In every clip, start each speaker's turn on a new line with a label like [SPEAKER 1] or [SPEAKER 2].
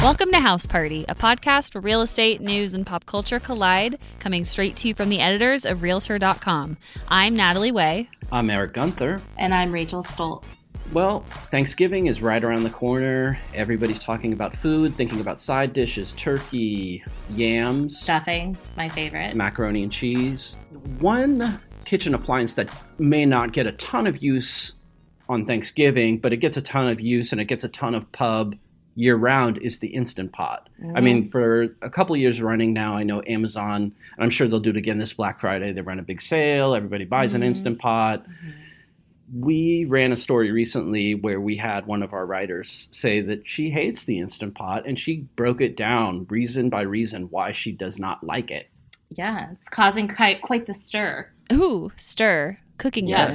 [SPEAKER 1] Welcome to House Party, a podcast where real estate, news, and pop culture collide, coming straight to you from the editors of Realtor.com. I'm Natalie Way.
[SPEAKER 2] I'm Eric Gunther.
[SPEAKER 3] And I'm Rachel Stoltz.
[SPEAKER 2] Well, Thanksgiving is right around the corner. Everybody's talking about food, thinking about side dishes, turkey, yams,
[SPEAKER 3] Stuffing, my favorite.
[SPEAKER 2] macaroni and cheese. One kitchen appliance that may not get a ton of use on Thanksgiving, but it gets a ton of use and it gets a ton of pub year round is the Instant Pot. I mean, for a couple years running now, I know Amazon, and I'm sure they'll do it again this Black Friday. They run a big sale, everybody buys an Instant Pot. We ran a story recently where we had one of our writers say that she hates the Instant Pot and she broke it down reason by reason why she does not like it.
[SPEAKER 3] Yeah, it's causing quite, quite the stir.
[SPEAKER 1] Ooh, stir, cooking
[SPEAKER 3] Yeah,
[SPEAKER 1] done.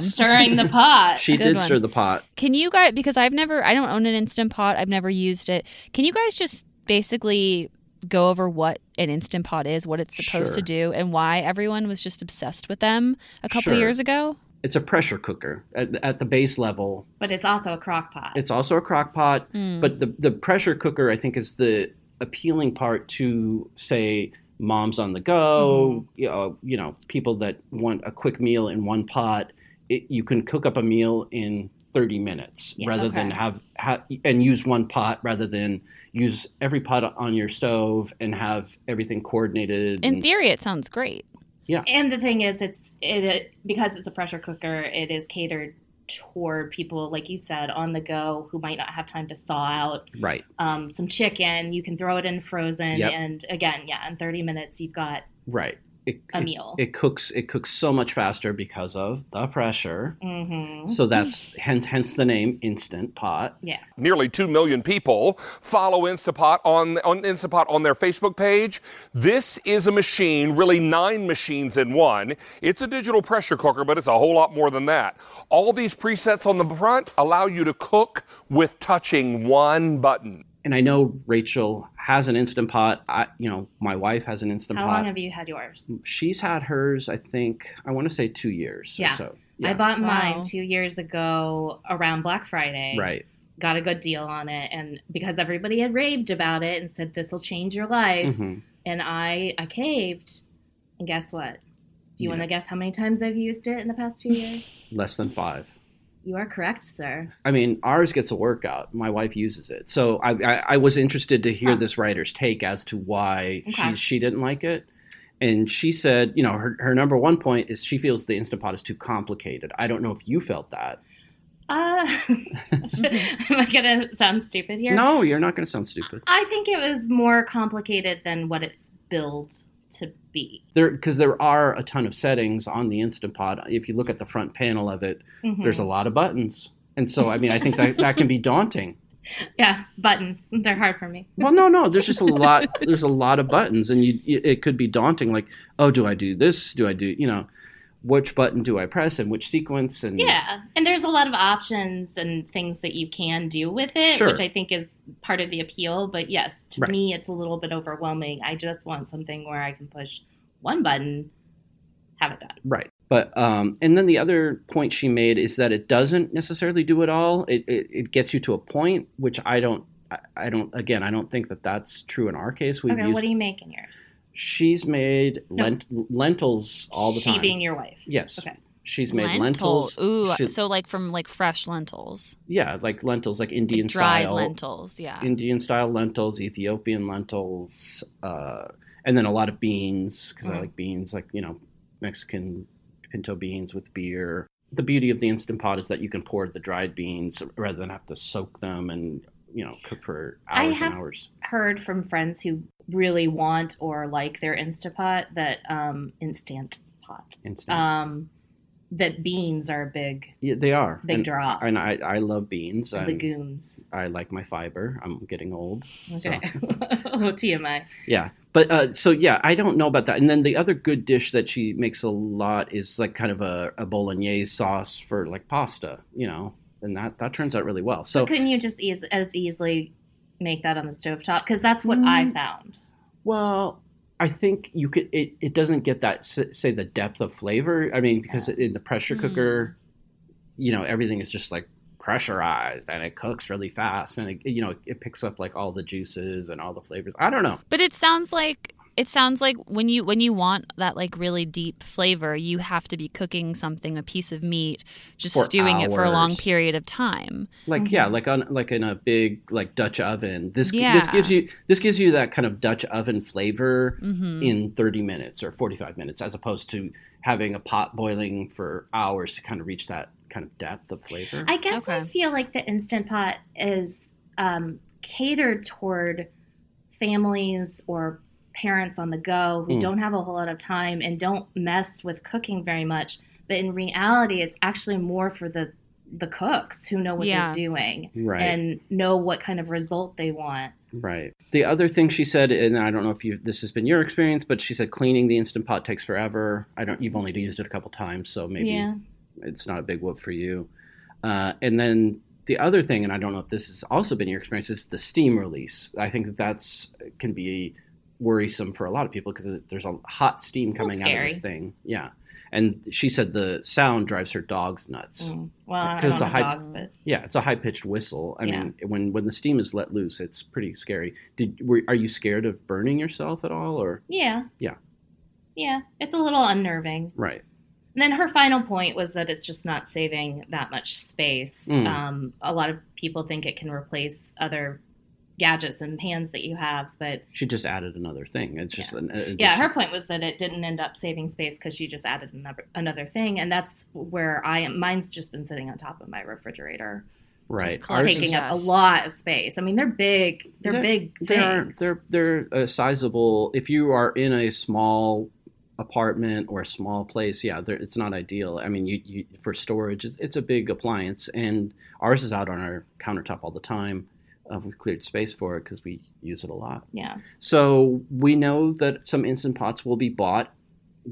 [SPEAKER 3] stirring the pot.
[SPEAKER 2] She
[SPEAKER 1] Good
[SPEAKER 2] did
[SPEAKER 1] one.
[SPEAKER 2] stir the pot.
[SPEAKER 1] Can you guys, because I've never, I don't own an Instant Pot, I've never used it. Can you guys just basically go over what an Instant Pot is, what it's supposed
[SPEAKER 2] Sure.
[SPEAKER 1] to do, and why everyone was just obsessed with them a couple
[SPEAKER 2] Sure.
[SPEAKER 1] years ago?
[SPEAKER 2] It's a pressure cooker at, at the base level.
[SPEAKER 3] But it's also a crock pot.
[SPEAKER 2] It's also a crock pot,
[SPEAKER 1] Mm.
[SPEAKER 2] but the, the pressure cooker, I think, is the appealing part to, say, moms on the go,
[SPEAKER 1] Mm-hmm.
[SPEAKER 2] you, know, you know, people that want a quick meal in one pot. It, you can cook up a meal in 30 minutes
[SPEAKER 3] Yeah,
[SPEAKER 2] rather than
[SPEAKER 3] okay.
[SPEAKER 2] have, ha- and use one pot rather than use every pot on your stove and have everything coordinated.
[SPEAKER 1] In
[SPEAKER 2] and-
[SPEAKER 1] theory, it sounds great.
[SPEAKER 3] and the thing is, it's it, it because it's a pressure cooker. It is catered toward people, like you said, on the go who might not have time to thaw out
[SPEAKER 2] right.
[SPEAKER 3] um, some chicken. You can throw it in frozen,
[SPEAKER 2] Yep.
[SPEAKER 3] and again, yeah, in 30 minutes you've got
[SPEAKER 2] Right. It,
[SPEAKER 3] a
[SPEAKER 2] it-
[SPEAKER 3] meal.
[SPEAKER 2] it cooks it cooks so much faster because of the pressure.
[SPEAKER 3] hmm
[SPEAKER 2] So that's hence hence the name instant pot.
[SPEAKER 3] Yeah.
[SPEAKER 4] Nearly 2 million people follow Instapot on, on Instapot on their Facebook page. This is a machine, really nine machines in one. It's a digital pressure cooker, but it's a whole lot more than that. All these presets on the front allow you to cook with touching one button.
[SPEAKER 2] And I know Rachel has an instant pot. I you know, my wife has an instant
[SPEAKER 3] How
[SPEAKER 2] pot.
[SPEAKER 3] long have you had yours?
[SPEAKER 2] She's had hers, I think, I want to say 2 years
[SPEAKER 3] Yeah.
[SPEAKER 2] or so.
[SPEAKER 3] I bought
[SPEAKER 1] Wow.
[SPEAKER 3] mine two years ago around Black Friday.
[SPEAKER 2] Right.
[SPEAKER 3] Got a good deal on it, and because everybody had raved about it and said this will change your life,
[SPEAKER 2] Mhm.
[SPEAKER 3] and I I caved. And guess what? Do you
[SPEAKER 2] Yeah.
[SPEAKER 3] want to guess how many times I've used it in the past two years?
[SPEAKER 2] Less than 5.
[SPEAKER 3] you are correct, sir.
[SPEAKER 2] I mean, ours gets a workout. My wife uses it. So I, I, I was interested to hear
[SPEAKER 3] Huh.
[SPEAKER 2] this writer's take as to why
[SPEAKER 3] Okay.
[SPEAKER 2] she, she didn't like it. And she said, you know, her, her number one point is she feels the Instant Pot is too complicated. I don't know if you felt that.
[SPEAKER 3] Uh, am I gonna sound stupid here?
[SPEAKER 2] No, you're not going to sound stupid.
[SPEAKER 3] I think it was more complicated than what it's billed to be.
[SPEAKER 2] There, because there are a ton of settings on the Instant Pot. If you look at the front panel of it,
[SPEAKER 3] Mhm.
[SPEAKER 2] there's a lot of buttons. And so, I mean, I think that, that can be daunting.
[SPEAKER 3] yeah buttons. They're hard for me.
[SPEAKER 2] Well, no, no. There's just a lot. There's a lot of buttons, and you, you- it could be daunting. Like, oh, do I do this? Do I do you know, which button do I press and which sequence? And
[SPEAKER 3] Yeah, and there's a lot of options and things that you can do with it,
[SPEAKER 2] Sure.
[SPEAKER 3] which I think is part of the appeal. But yes, to
[SPEAKER 2] Right.
[SPEAKER 3] me, it's a little bit overwhelming. I just want something where I can push one button, have it done.
[SPEAKER 2] right. But um, and then the other point she made is that it doesn't necessarily do it all. It it, it gets you to a point, which I don't. I, I don't. Again, I don't think that that's true in our case. We've
[SPEAKER 3] okay,
[SPEAKER 2] used.
[SPEAKER 3] what do you make in yours?
[SPEAKER 2] she's made lent, lentils all the
[SPEAKER 3] she
[SPEAKER 2] time.
[SPEAKER 3] being your wife.
[SPEAKER 2] yes.
[SPEAKER 3] Okay.
[SPEAKER 2] She's made
[SPEAKER 1] Lentil.
[SPEAKER 2] lentils.
[SPEAKER 1] Ooh,
[SPEAKER 2] She-
[SPEAKER 1] so like from like fresh lentils,
[SPEAKER 2] yeah, like lentils, like
[SPEAKER 1] like
[SPEAKER 2] Indian
[SPEAKER 1] dried
[SPEAKER 2] style.
[SPEAKER 1] lentils. Yeah.
[SPEAKER 2] Indian style lentils, Ethiopian lentils, uh, and then a lot of beans because I
[SPEAKER 3] Mhm.
[SPEAKER 2] like beans, like you know Mexican pinto beans with beer. The beauty of the instant pot is that you can pour the dried beans rather than have to soak them and you know cook for
[SPEAKER 3] I
[SPEAKER 2] hours
[SPEAKER 3] have-
[SPEAKER 2] and hours.
[SPEAKER 3] Heard from friends who really want or like their Instapot that um, instant pot.
[SPEAKER 2] Instant,
[SPEAKER 3] Um, that beans are a big
[SPEAKER 2] yeah, they are
[SPEAKER 3] big
[SPEAKER 2] and,
[SPEAKER 3] draw.
[SPEAKER 2] and I, I love beans. i
[SPEAKER 3] legumes.
[SPEAKER 2] I like my fiber. I'm getting old. so-
[SPEAKER 3] Okay. oh, TMI.
[SPEAKER 2] Yeah. But uh, so yeah, I don't know about that. And then the other good dish that she makes a lot is like kind of a, a bolognese sauce for like pasta, you know, and that that turns out really well. So
[SPEAKER 3] Couldn't you just eas as easily make that on the stovetop? Because that's what
[SPEAKER 2] Mm.
[SPEAKER 3] I found.
[SPEAKER 2] well, I think you could. It, it doesn't get that s- say the depth of flavor. I mean, because in the pressure
[SPEAKER 1] Mm.
[SPEAKER 2] cooker, you know, everything is just like pressurized and it cooks really fast and it, you know it picks up like all the juices and all the flavors. I don't know.
[SPEAKER 1] But it sounds like it sounds like when you when you want that like really deep flavor, you have to be cooking something, a piece of meat, just
[SPEAKER 2] For
[SPEAKER 1] stewing it for a long
[SPEAKER 2] hours.
[SPEAKER 1] period of time.
[SPEAKER 2] Like yeah,
[SPEAKER 3] Mm-hmm.
[SPEAKER 2] like on like in a big like Dutch oven. This this
[SPEAKER 1] Yeah.
[SPEAKER 2] gives you this gives you that kind of Dutch oven flavor
[SPEAKER 1] Mm-hmm.
[SPEAKER 2] in 30 minutes or 45 minutes as opposed to having a pot boiling for hours to kind of reach that kind of depth of flavor.
[SPEAKER 3] I guess I
[SPEAKER 1] Okay.
[SPEAKER 3] feel like the Instant Pot is um, catered toward families or parents on the go who
[SPEAKER 2] Mm.
[SPEAKER 3] don't have a whole lot of time and don't mess with cooking very much. But in reality, it's actually more for the the cooks who know what
[SPEAKER 1] Yeah.
[SPEAKER 3] they're doing
[SPEAKER 2] right.
[SPEAKER 3] and know what kind of result they want.
[SPEAKER 2] Right. The other thing she said, and I don't know if you this has been your experience, but she said cleaning the instant pot takes forever. I don't. You've only used it a couple times, so maybe
[SPEAKER 3] Yeah.
[SPEAKER 2] it's not a big whoop for you. Uh, and then the other thing, and I don't know if this has also been your experience, is the steam release. I think that that's uh, can be worrisome for a lot of people because there's a hot steam
[SPEAKER 3] It's a little
[SPEAKER 2] coming out of this thing. Yeah. And she said the sound drives her dogs nuts.
[SPEAKER 3] Mm. Well, I
[SPEAKER 2] Because
[SPEAKER 3] don't
[SPEAKER 2] it's a
[SPEAKER 3] know
[SPEAKER 2] high-
[SPEAKER 3] dogs, but
[SPEAKER 2] Yeah, it's a high pitched whistle. I
[SPEAKER 3] Yeah.
[SPEAKER 2] mean, when when the steam is let loose, it's pretty scary. Did were, are you scared of burning yourself at all? Or
[SPEAKER 3] yeah.
[SPEAKER 2] Yeah.
[SPEAKER 3] Yeah. It's a little unnerving.
[SPEAKER 2] right,
[SPEAKER 3] And then her final point was that it's just not saving that much space.
[SPEAKER 2] Mm.
[SPEAKER 3] Um, a lot of people think it can replace other gadgets and pans that you have, but
[SPEAKER 2] she just added another thing. It's just an, an
[SPEAKER 3] yeah, her
[SPEAKER 2] addition.
[SPEAKER 3] point was that it didn't end up saving space because she just added another another thing, and that's where I am. Mine's just been sitting on top of my refrigerator,
[SPEAKER 2] right.
[SPEAKER 1] just
[SPEAKER 2] Ours is-
[SPEAKER 3] taking up a
[SPEAKER 1] dust.
[SPEAKER 3] lot of space. I mean, they're big. They're,
[SPEAKER 2] They're-
[SPEAKER 3] big. Things.
[SPEAKER 2] they are they're they're uh, sizable. If you are in a small apartment or a small place, yeah, they're- it's not ideal. I mean, you, you for storage, it's, it's a big appliance, and ours is out on our countertop all the time. Uh, we've cleared space for it because we use it a lot.
[SPEAKER 3] yeah.
[SPEAKER 2] So we know that some instant pots will be bought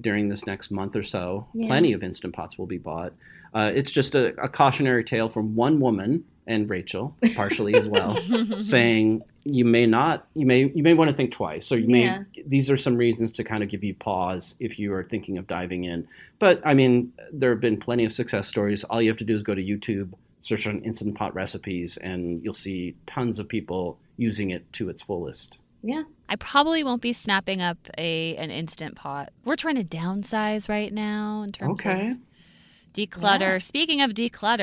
[SPEAKER 2] during this next month or so.
[SPEAKER 3] Yeah.
[SPEAKER 2] Plenty of instant pots will be bought. Uh, it's just a, a cautionary tale from one woman and Rachel, partially as well, saying you may not, you may, you may want to think twice, or you may.
[SPEAKER 3] Yeah.
[SPEAKER 2] These are some reasons to kind of give you pause if you are thinking of diving in. But I mean, there have been plenty of success stories. All you have to do is go to YouTube, search on instant pot recipes, and you'll see tons of people using it to its fullest.
[SPEAKER 1] I probably won't be snapping up a an instant pot. We're trying to downsize right now in terms
[SPEAKER 2] Okay.
[SPEAKER 1] of declutter.
[SPEAKER 3] Yeah.
[SPEAKER 1] Speaking of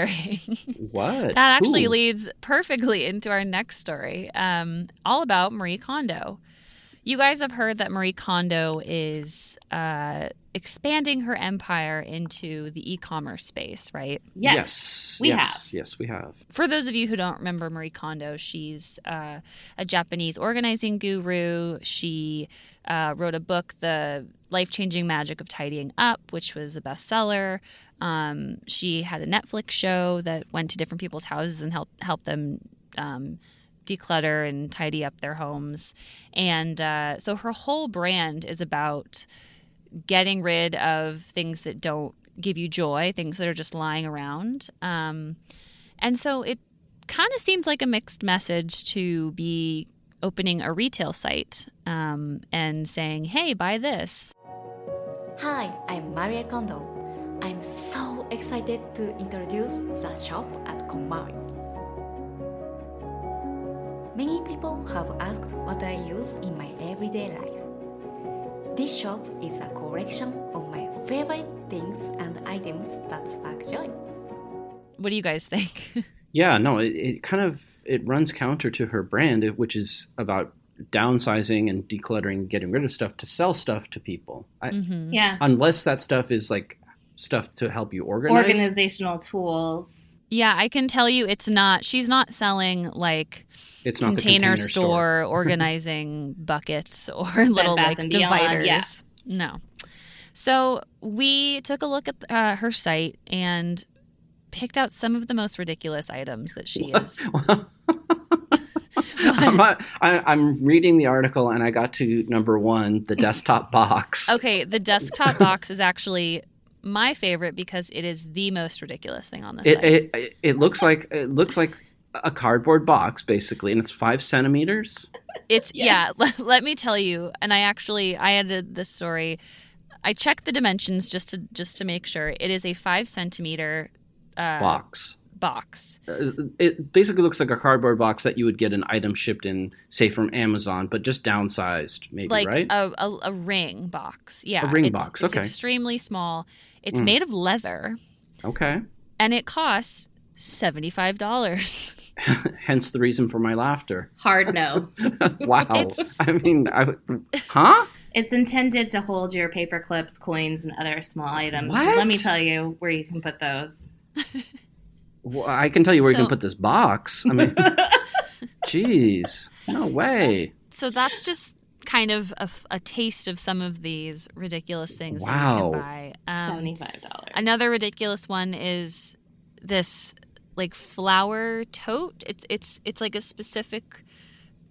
[SPEAKER 1] decluttering,
[SPEAKER 2] What?
[SPEAKER 1] that actually
[SPEAKER 2] Ooh.
[SPEAKER 1] leads perfectly into our next story, um, all about Marie Kondo. You guys have heard that Marie Kondo is uh, expanding her empire into the e-commerce space, right?
[SPEAKER 3] Yes. we
[SPEAKER 2] yes, Yes, we have.
[SPEAKER 1] for those of you who don't remember Marie Kondo, she's uh, a Japanese organizing guru. She uh, wrote a book, The Life Changing Magic of Tidying Up, which was a bestseller. Um, she had a Netflix show that went to different people's houses and helped help them um, declutter and tidy up their homes. And uh, so her whole brand is about getting rid of things that don't give you joy, things that are just lying around. Um, and so it kind of seems like a mixed message to be opening a retail site um, and saying, hey, buy this.
[SPEAKER 5] Hi, I'm Maria Kondo. I'm so excited to introduce the shop at Konmari. Many people have asked what I use in my everyday life. This shop is a collection of my favorite things and items that spark joy.
[SPEAKER 1] What do you guys think?
[SPEAKER 2] Yeah, no, it, it kind of it runs counter to her brand, it- which is about downsizing and decluttering, getting rid of stuff to sell stuff to people. I,
[SPEAKER 1] Mhm.
[SPEAKER 3] Yeah.
[SPEAKER 2] Unless that stuff is like stuff to help you organize.
[SPEAKER 3] Organizational tools.
[SPEAKER 1] Yeah, I can tell you it's not, she's not selling like
[SPEAKER 2] it's
[SPEAKER 1] container,
[SPEAKER 2] not the container store.
[SPEAKER 1] store organizing buckets or little
[SPEAKER 3] Bath
[SPEAKER 1] like
[SPEAKER 3] and Beyond,
[SPEAKER 1] dividers.
[SPEAKER 3] yeah.
[SPEAKER 1] No. So we took a look at uh, her site and picked out some of the most ridiculous items that she is
[SPEAKER 2] I'm, not, I, I'm reading the article and I got to number one, the desktop box.
[SPEAKER 1] Okay, the desktop box is actually my favorite because it is the most ridiculous thing on the
[SPEAKER 2] It,
[SPEAKER 1] site.
[SPEAKER 2] it it- it looks like it looks like a cardboard box basically, and it's five centimeters.
[SPEAKER 1] it's yeah, let, let me tell you. And I actually I added this story. I checked the dimensions just to just to make sure. It is a five centimeter uh,
[SPEAKER 2] box.
[SPEAKER 1] box.
[SPEAKER 2] Uh, It basically looks like a cardboard box that you would get an item shipped in, say, from Amazon, but just downsized, maybe,
[SPEAKER 1] like uh,
[SPEAKER 2] right?
[SPEAKER 1] a, a, a ring box. Yeah.
[SPEAKER 2] ring
[SPEAKER 1] it's-
[SPEAKER 2] box,
[SPEAKER 1] It's
[SPEAKER 2] okay.
[SPEAKER 1] extremely small. It's
[SPEAKER 2] Mm.
[SPEAKER 1] made of leather
[SPEAKER 2] okay.
[SPEAKER 1] and it costs $75.
[SPEAKER 2] Hence the reason for my laughter.
[SPEAKER 3] Hard no.
[SPEAKER 2] wow. I mean, I, would- huh?
[SPEAKER 3] it's intended to hold your paper clips, coins, and other small items.
[SPEAKER 2] What?
[SPEAKER 3] Let me tell you where you can put those.
[SPEAKER 2] Well, I can tell you where you
[SPEAKER 1] So-
[SPEAKER 2] can put this box. I mean, jeez, no way.
[SPEAKER 1] so that's just kind of a, f- a taste of some of these ridiculous things
[SPEAKER 2] Wow.
[SPEAKER 1] that you can buy. Um,
[SPEAKER 3] Seventy-five dollars.
[SPEAKER 1] Another ridiculous one is this like flower tote. It's it's it's like a specific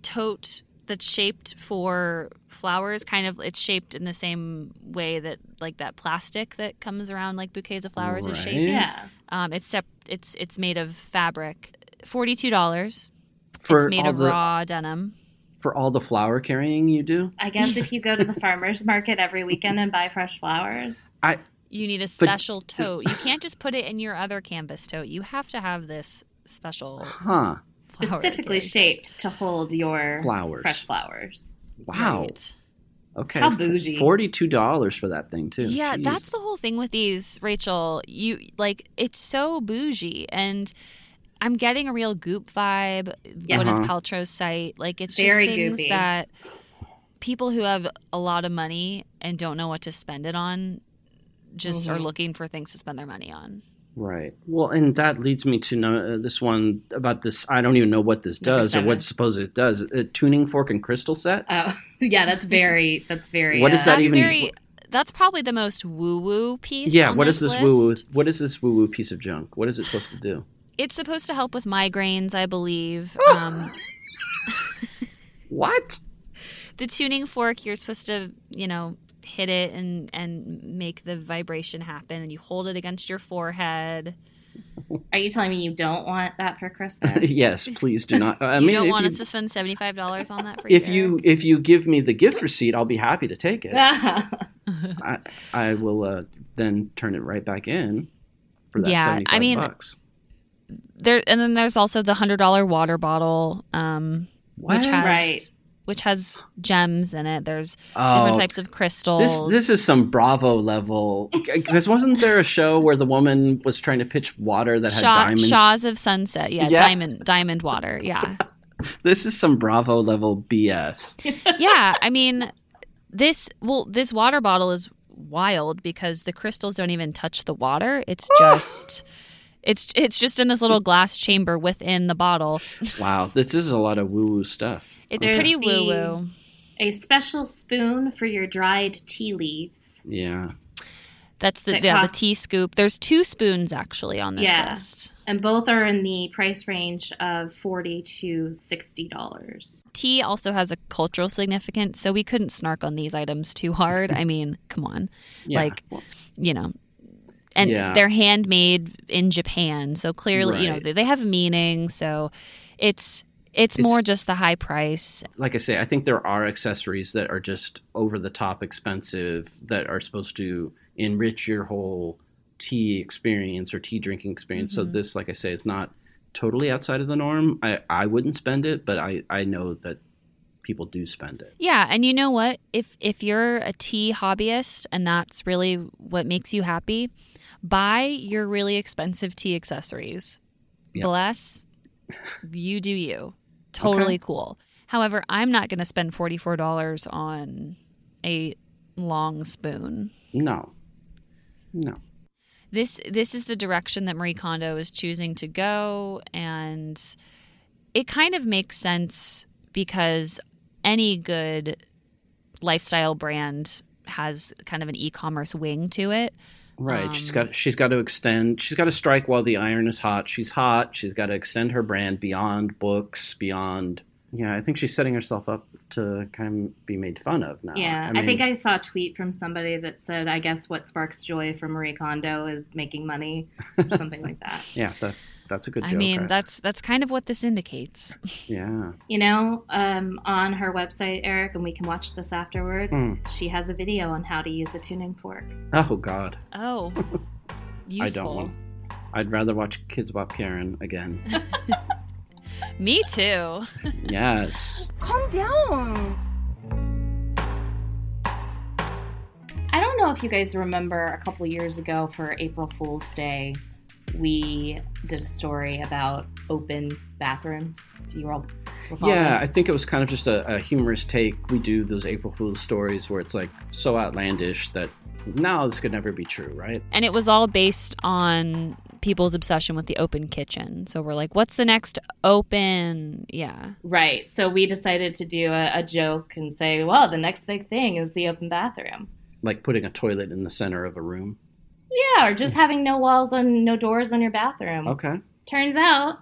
[SPEAKER 1] tote that's shaped for flowers. Kind of it's shaped in the same way that like that plastic that comes around like bouquets of flowers is shaped.
[SPEAKER 2] Right.
[SPEAKER 3] yeah.
[SPEAKER 1] Um, except it's it's made of fabric. Forty two dollars. It's
[SPEAKER 2] For
[SPEAKER 1] made
[SPEAKER 2] all
[SPEAKER 1] of
[SPEAKER 2] the
[SPEAKER 1] raw denim.
[SPEAKER 2] for all the flower carrying you do,
[SPEAKER 3] I guess if you go to the farmers market every weekend and buy fresh flowers,
[SPEAKER 2] I
[SPEAKER 1] You need a special tote. You can't just put it in your other canvas tote. You have to have this special
[SPEAKER 2] huh?
[SPEAKER 1] flower
[SPEAKER 3] specifically
[SPEAKER 1] carrying
[SPEAKER 3] shaped to hold your
[SPEAKER 2] Flowers.
[SPEAKER 3] fresh flowers.
[SPEAKER 1] tote.
[SPEAKER 2] Wow.
[SPEAKER 1] Right.
[SPEAKER 2] Okay.
[SPEAKER 3] How bougie.
[SPEAKER 2] Forty-two dollars for that thing too.
[SPEAKER 1] Yeah,
[SPEAKER 2] Jeez.
[SPEAKER 1] that's the whole thing with these, Rachel. You like it's so bougie and I'm getting a real goop vibe
[SPEAKER 3] Yes.
[SPEAKER 1] Gwyneth
[SPEAKER 2] Uh-huh.
[SPEAKER 1] Paltrow's site. Like it's
[SPEAKER 3] Very
[SPEAKER 1] just things
[SPEAKER 3] goopy.
[SPEAKER 1] that people who have a lot of money and don't know what to spend it on just are
[SPEAKER 3] Mhm.
[SPEAKER 1] looking for things to spend their money on.
[SPEAKER 2] right. Well, and that leads me to know, uh, this one about this. I don't even know what this
[SPEAKER 3] Number
[SPEAKER 2] does or
[SPEAKER 3] seven.
[SPEAKER 2] what suppose it does. A tuning fork and crystal set.
[SPEAKER 3] Oh, yeah, that's very that's very
[SPEAKER 2] What is that
[SPEAKER 3] uh,
[SPEAKER 1] that's
[SPEAKER 2] even-
[SPEAKER 1] very that's probably the most woo-woo piece.
[SPEAKER 2] yeah.
[SPEAKER 1] on
[SPEAKER 2] What is
[SPEAKER 1] this
[SPEAKER 2] this woo woo?
[SPEAKER 1] list.
[SPEAKER 2] What is this woo woo piece of junk? What is it supposed to do?
[SPEAKER 1] It's supposed to help with migraines, I believe. Um,
[SPEAKER 2] What?
[SPEAKER 1] the tuning fork you're supposed to you know hit it and and make the vibration happen and you hold it against your forehead
[SPEAKER 2] e-,
[SPEAKER 3] Are you telling me you don't want that for Christmas?
[SPEAKER 2] yes. Please do not. I
[SPEAKER 1] you
[SPEAKER 2] mean,
[SPEAKER 1] don't
[SPEAKER 2] if
[SPEAKER 1] want
[SPEAKER 2] you,
[SPEAKER 1] us to spend $75 on that for
[SPEAKER 2] if
[SPEAKER 1] sure.
[SPEAKER 2] you if you give me the gift receipt, I'll be happy to take it. I, I will uh, then turn it right back in for that
[SPEAKER 1] Yeah, I
[SPEAKER 2] 75
[SPEAKER 1] mean-
[SPEAKER 2] bucks.
[SPEAKER 1] there and then there's also the $100 water bottle um
[SPEAKER 2] What?
[SPEAKER 1] which has
[SPEAKER 3] Right.
[SPEAKER 1] which has gems in it there's
[SPEAKER 2] Oh,
[SPEAKER 1] different types of crystals
[SPEAKER 2] This this is some Bravo level. Because wasn't there a show where the woman was trying to pitch water that had
[SPEAKER 1] Shaw-
[SPEAKER 2] diamonds?
[SPEAKER 1] Shaws of Sunset, yeah,
[SPEAKER 2] Yeah.
[SPEAKER 1] diamond, diamond water, yeah,
[SPEAKER 2] This is some Bravo level BS.
[SPEAKER 1] yeah. I mean, this well, this water bottle is wild because the crystals don't even touch the water. It's just it's it's just in this little glass chamber within the bottle.
[SPEAKER 2] Wow, this is a lot of woo woo stuff.
[SPEAKER 1] It's
[SPEAKER 3] There's
[SPEAKER 1] pretty
[SPEAKER 3] the-
[SPEAKER 1] woo woo.
[SPEAKER 3] A special spoon for your dried tea leaves.
[SPEAKER 2] Yeah.
[SPEAKER 1] That's the
[SPEAKER 3] that
[SPEAKER 1] yeah, the
[SPEAKER 3] costs-
[SPEAKER 1] tea scoop. There's two spoons actually on this
[SPEAKER 3] Yeah.
[SPEAKER 1] list.
[SPEAKER 3] And both are in the price range of forty to sixty dollars.
[SPEAKER 1] Tea also has a cultural significance, so we couldn't snark on these items too hard. I mean, come on.
[SPEAKER 2] yeah.
[SPEAKER 1] Like, you know and
[SPEAKER 2] Yeah.
[SPEAKER 1] they're handmade in japan so clearly you know
[SPEAKER 2] Right.
[SPEAKER 1] they, they have meaning so it's it's,
[SPEAKER 2] It's-
[SPEAKER 1] more just the high price
[SPEAKER 2] like I say, I think there are accessories that are just over the top expensive that are supposed to enrich your whole tea experience or tea drinking experience. So
[SPEAKER 1] Mhm.
[SPEAKER 2] this, like I say, is not totally outside of the norm. I, I wouldn't spend it, but I, I know that people do spend it.
[SPEAKER 1] yeah and you know what if if you're a tea hobbyist and that's really what makes you happy buy your really expensive tea accessories
[SPEAKER 2] Yeah.
[SPEAKER 1] bless you do you totally cool however i'm not going to spend $44 on a long spoon
[SPEAKER 2] No. No.
[SPEAKER 1] this this is the direction that Marie Kondo is choosing to go and it kind of makes sense because any good lifestyle brand has kind of an e-commerce wing to it.
[SPEAKER 2] Right. she's
[SPEAKER 1] Um,
[SPEAKER 2] got she's got to extend she's got to strike while the iron is hot. She's hot. She's got to extend her brand beyond books, beyond yeah, I think she's setting herself up to kind of be made fun of now.
[SPEAKER 3] yeah, I,
[SPEAKER 2] mean,
[SPEAKER 3] think I saw a tweet from somebody that said, "I guess what sparks joy for Marie Kondo is making money," or something like that.
[SPEAKER 2] yeah, that, that's a good joke.
[SPEAKER 1] I mean,
[SPEAKER 2] right?
[SPEAKER 1] that's that's kind of what this indicates.
[SPEAKER 2] yeah.
[SPEAKER 3] You know, um, on her website, Eric, and we can watch this afterward.
[SPEAKER 2] Mm.
[SPEAKER 3] She has a video on how to use a tuning fork.
[SPEAKER 2] Oh God,
[SPEAKER 1] Oh.
[SPEAKER 2] I don't
[SPEAKER 1] Useful.
[SPEAKER 2] want. I'd rather watch Kids Bop Karen again.
[SPEAKER 1] Me too.
[SPEAKER 2] yes.
[SPEAKER 6] Calm down.
[SPEAKER 3] I don't know if you guys remember a couple years ago for April Fool's Day, we did a story about open bathrooms. Do you all recall
[SPEAKER 2] Yeah, I
[SPEAKER 3] this?
[SPEAKER 2] think it was kind of just a, a humorous take. We do those April Fool's stories where it's like so outlandish that no, this could never be true, right?
[SPEAKER 1] And it was all based on people's obsession with the open kitchen. So we're like, what's the next open? Yeah.
[SPEAKER 3] Right. So we decided to do a, a joke and say, well, the next big thing is the open bathroom.
[SPEAKER 2] Like putting a toilet in the center of a room.
[SPEAKER 3] Yeah, or just having no walls and no doors on your
[SPEAKER 1] Mm-hmm.
[SPEAKER 3] bathroom.
[SPEAKER 2] Okay.
[SPEAKER 3] Turns out,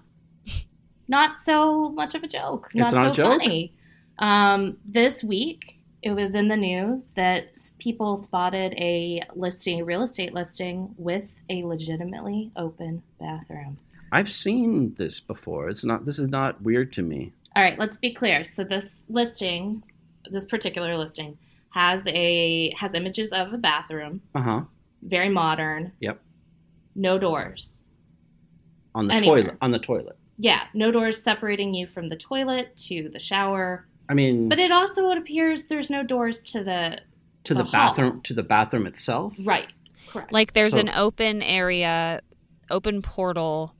[SPEAKER 3] not so much of a joke. Not,
[SPEAKER 2] It's not
[SPEAKER 3] so
[SPEAKER 2] a joke?
[SPEAKER 3] funny. Um, this week, it was in the news that people spotted a listing, real estate listing, with a legitimately open bathroom.
[SPEAKER 2] I've seen this before. It's not this is not weird to me.
[SPEAKER 3] All right, let's be clear. So this listing, this particular listing, has a has images of a bathroom,
[SPEAKER 2] Uh-huh.
[SPEAKER 3] very modern.
[SPEAKER 2] Yep.
[SPEAKER 3] No doors.
[SPEAKER 2] On the
[SPEAKER 3] Anywhere.
[SPEAKER 2] toilet. On the toilet.
[SPEAKER 3] Yeah, no doors separating you from the toilet to the shower.
[SPEAKER 2] I mean
[SPEAKER 3] But it also appears there's no doors to the
[SPEAKER 2] to
[SPEAKER 3] the
[SPEAKER 2] the,
[SPEAKER 3] hall.
[SPEAKER 2] bathroom to the bathroom itself.
[SPEAKER 3] right. Correct.
[SPEAKER 1] Like there's
[SPEAKER 2] So-
[SPEAKER 1] an open area, open portal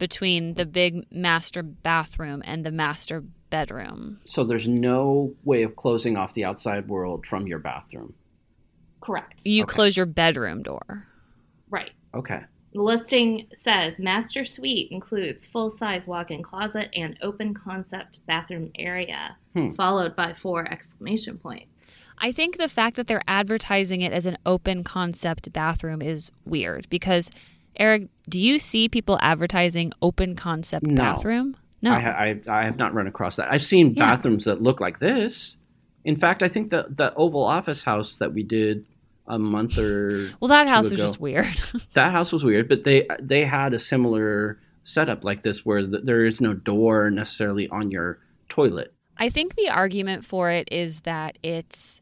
[SPEAKER 1] between the big master bathroom and the master bedroom.
[SPEAKER 2] So there's no way of closing off the outside world from your bathroom.
[SPEAKER 3] correct.
[SPEAKER 1] You close your bedroom door.
[SPEAKER 3] Right.
[SPEAKER 2] Okay.
[SPEAKER 3] The listing says master suite includes full size walk in closet and open concept bathroom area,
[SPEAKER 2] Hmm.
[SPEAKER 3] followed by four exclamation points.
[SPEAKER 1] I think the fact that they're advertising it as an open concept bathroom is weird because, Eric, do you see people advertising open concept
[SPEAKER 2] No.
[SPEAKER 1] bathroom? No.
[SPEAKER 2] I, ha- I, I have not run across that. I've seen
[SPEAKER 1] Yeah.
[SPEAKER 2] bathrooms that look like this. In fact, I think the, the Oval Office house that we did a month or
[SPEAKER 1] well, that
[SPEAKER 2] two
[SPEAKER 1] house was
[SPEAKER 2] ago-
[SPEAKER 1] just weird.
[SPEAKER 2] that house was weird, but they they had a similar setup like this where th there is no door necessarily on your toilet.
[SPEAKER 1] I think the argument for it is that it's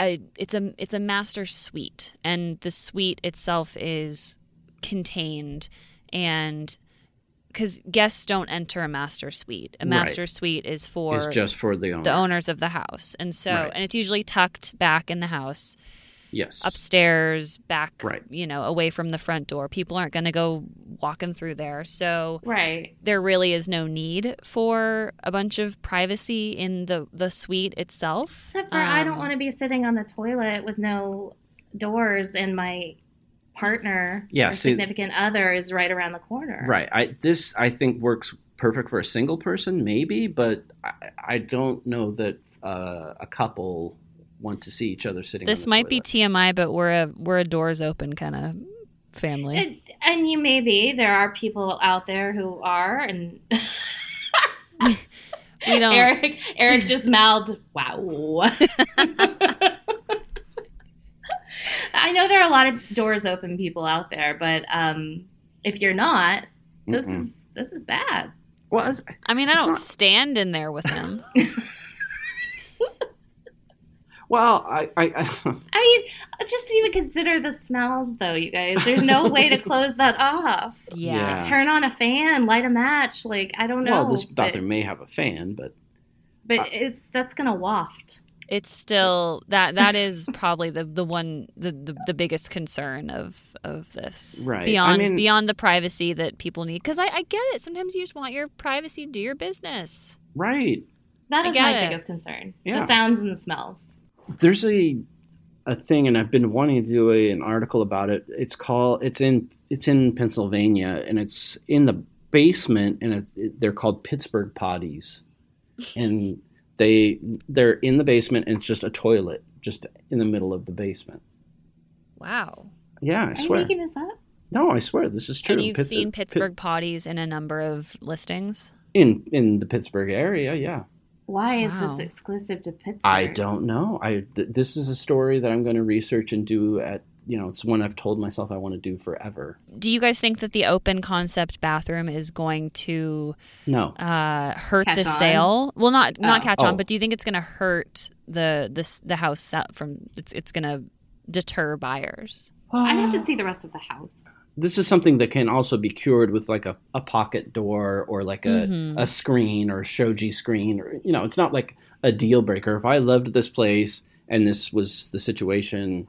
[SPEAKER 1] a it's a it's a master suite and the suite itself is contained and cuz guests don't enter a master suite. A
[SPEAKER 2] Right.
[SPEAKER 1] master suite is for
[SPEAKER 2] it's just for the owner.
[SPEAKER 1] the owners of the house. And so
[SPEAKER 2] Right.
[SPEAKER 1] and it's usually tucked back in the house,
[SPEAKER 2] yes.
[SPEAKER 1] upstairs, back
[SPEAKER 2] Right.
[SPEAKER 1] you know, away from the front door. People aren't going to go walking through there. So
[SPEAKER 3] Right.
[SPEAKER 1] there really is no need for a bunch of privacy in the the suite itself.
[SPEAKER 3] Except for I don't
[SPEAKER 1] Um,
[SPEAKER 3] want to be sitting on the toilet with no doors and my partner
[SPEAKER 2] Yeah,
[SPEAKER 3] or
[SPEAKER 2] see-
[SPEAKER 3] significant other is right around the corner.
[SPEAKER 2] Right. I this I think works perfect for a single person maybe, but I, I don't know that uh, a couple want to see each other sitting.
[SPEAKER 1] This
[SPEAKER 2] on the
[SPEAKER 1] might be
[SPEAKER 2] toilet.
[SPEAKER 1] TMI, but we're a we're a doors open kind of family.
[SPEAKER 3] And- and you may be. There are people out there who are and
[SPEAKER 1] we don't.
[SPEAKER 3] Eric Eric just mouthed, "Wow." I know there are a lot of doors open people out there, but um, if you're not, this
[SPEAKER 2] Mm-mm.
[SPEAKER 3] is this is bad.
[SPEAKER 2] well. it's-
[SPEAKER 1] I mean, I
[SPEAKER 2] it's
[SPEAKER 1] don't
[SPEAKER 2] not-
[SPEAKER 1] stand in there with him.
[SPEAKER 2] Well, I, I
[SPEAKER 3] I mean, just even consider the smells, though, you guys. There's no way to close that off.
[SPEAKER 1] yeah.
[SPEAKER 2] Yeah.
[SPEAKER 3] Turn on a fan, light a match. Like I don't know.
[SPEAKER 2] well, this
[SPEAKER 3] but-
[SPEAKER 2] bathroom may have a fan, but
[SPEAKER 3] but, it's that's gonna waft.
[SPEAKER 1] it's still that that is probably the the one the, the, the biggest concern of of this
[SPEAKER 2] Right. I
[SPEAKER 1] beyond
[SPEAKER 2] mean-
[SPEAKER 1] beyond the privacy that people need because I, I get it sometimes you just want your privacy do your business
[SPEAKER 2] right.
[SPEAKER 3] That
[SPEAKER 1] I
[SPEAKER 3] is my
[SPEAKER 1] get it.
[SPEAKER 3] biggest concern.
[SPEAKER 2] Yeah.
[SPEAKER 3] The sounds and the smells.
[SPEAKER 2] there's a a thing and I've been wanting to do a, an article about it. It's called it's in it's in Pennsylvania and it's in the basement and it, it- they're called Pittsburgh potties. And they they're in the basement and it's just a toilet just in the middle of the basement.
[SPEAKER 1] wow
[SPEAKER 2] Yeah, I
[SPEAKER 3] Are you
[SPEAKER 2] swear.
[SPEAKER 3] making this up?
[SPEAKER 2] No, I swear this is true. uh,
[SPEAKER 1] and you've
[SPEAKER 2] Pitts-
[SPEAKER 1] seen
[SPEAKER 2] Pitt-
[SPEAKER 1] Pittsburgh potties in a number of listings
[SPEAKER 2] in in the Pittsburgh area, yeah.
[SPEAKER 3] Why is
[SPEAKER 1] Wow.
[SPEAKER 3] this exclusive to Pittsburgh?
[SPEAKER 2] I don't know. I th- this is a story that I'm going to research and do at you know, it's one I've told myself I want to do forever.
[SPEAKER 1] do you guys think that the open concept bathroom is going to
[SPEAKER 2] No.
[SPEAKER 1] uh, hurt
[SPEAKER 3] Catch
[SPEAKER 1] the
[SPEAKER 3] on?
[SPEAKER 1] sale? Well, not not
[SPEAKER 3] Oh.
[SPEAKER 1] catch on,
[SPEAKER 2] Oh.
[SPEAKER 1] but do you think it's going to hurt the this the house se- from? It's it's going to deter buyers.
[SPEAKER 3] I have to see the rest of the house.
[SPEAKER 2] this is something that can also be cured with like a, a pocket door or like a, a screen or shoji screen or you know it's not like a deal breaker if i loved this place and this was the situation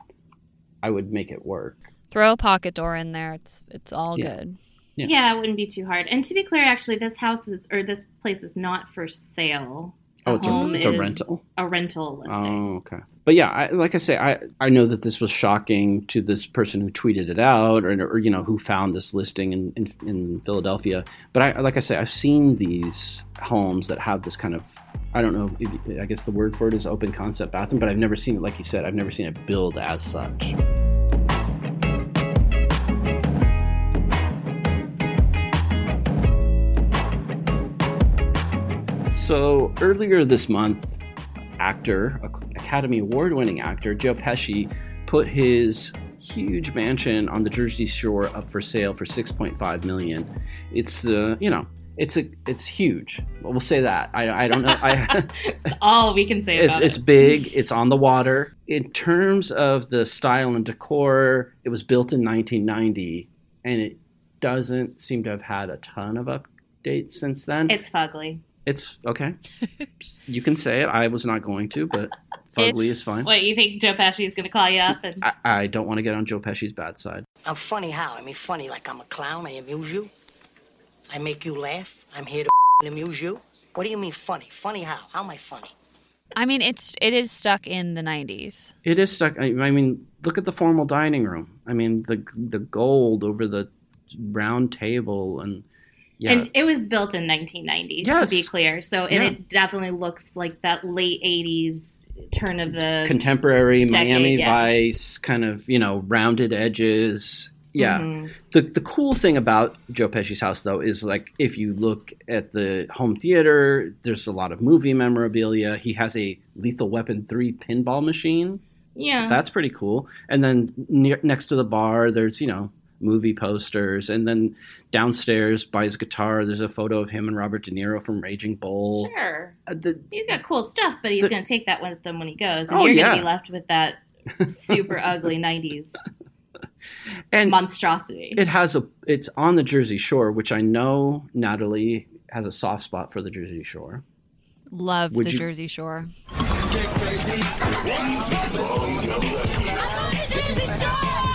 [SPEAKER 2] i would make it work
[SPEAKER 1] Throw a pocket door in there. It's it's all
[SPEAKER 2] Yeah.
[SPEAKER 1] good.
[SPEAKER 2] Yeah.
[SPEAKER 3] Yeah. it wouldn't be too hard. And to be clear, actually, this house is or this place is not for sale.
[SPEAKER 2] oh it's a,
[SPEAKER 3] home
[SPEAKER 2] it's a
[SPEAKER 3] is
[SPEAKER 2] rental
[SPEAKER 3] A rental listing.
[SPEAKER 2] Oh, okay. But yeah, I, like I say, I, I know that this was shocking to this person who tweeted it out or, or you know, who found this listing in, in, in Philadelphia. But I, like I say, I've seen these homes that have this kind of, I don't know, if, I guess the word for it is open concept bathroom, but I've never seen it, like you said, I've never seen it billed as such. So earlier this month, actor, Ac- Academy Award winning actor Joe Pesci, put his huge mansion on the Jersey Shore up for sale for 6.5 million. It's the you know it's a it's huge. We'll we'll say that. I, I don't know. I,
[SPEAKER 3] That's all we can say
[SPEAKER 2] it's
[SPEAKER 3] about
[SPEAKER 2] it's
[SPEAKER 3] it.
[SPEAKER 2] big. It's on the water. In terms of the style and decor, it was built in 1990, and it doesn't seem to have had a ton of updates since then.
[SPEAKER 3] It's fugly.
[SPEAKER 2] It's okay. you can say it. I was not going to, but fugly
[SPEAKER 1] It's-
[SPEAKER 2] is fine.
[SPEAKER 3] What you think Joe Pesci is going to call you up and
[SPEAKER 2] I, I don't want to get on Joe Pesci's bad side.
[SPEAKER 6] I'm funny how? I mean, funny like I'm a clown. I amuse you. I make you laugh. I'm here to amuse you. What do you mean funny? Funny how? How am I funny?
[SPEAKER 1] I mean, it's it is stuck in the 90s.
[SPEAKER 2] It is stuck. I, I mean, look at the formal dining room. I mean, the the gold over the round table and yeah,
[SPEAKER 3] and it was built in 1990
[SPEAKER 2] Yes.
[SPEAKER 3] to be clear. So and
[SPEAKER 2] Yeah.
[SPEAKER 3] it definitely looks like that late 80s turn of the
[SPEAKER 2] contemporary
[SPEAKER 3] Decade,
[SPEAKER 2] Miami
[SPEAKER 3] yeah.
[SPEAKER 2] Vice kind of you know rounded edges. Yeah.
[SPEAKER 3] Mhm.
[SPEAKER 2] The the cool thing about Joe Pesci's house though is like if you look at the home theater, there's a lot of movie memorabilia. He has a Lethal Weapon three pinball machine.
[SPEAKER 3] Yeah.
[SPEAKER 2] That's pretty cool. And then near, next to the bar, there's you know movie posters, and then downstairs by his guitar, there's a photo of him and Robert De Niro from Raging Bull.
[SPEAKER 3] sure.
[SPEAKER 2] Uh, the-
[SPEAKER 3] He's got cool stuff, but he's
[SPEAKER 2] The-
[SPEAKER 3] going to take that with him when he goes and
[SPEAKER 2] Oh,
[SPEAKER 3] you're going
[SPEAKER 2] yeah.
[SPEAKER 3] to be left with that super ugly 90s
[SPEAKER 2] and
[SPEAKER 3] monstrosity.
[SPEAKER 2] it has a it's on the Jersey Shore, which I know Natalie has a soft spot for the Jersey Shore.
[SPEAKER 1] Love
[SPEAKER 2] Would
[SPEAKER 1] the
[SPEAKER 2] you-
[SPEAKER 1] Jersey Shore.
[SPEAKER 7] All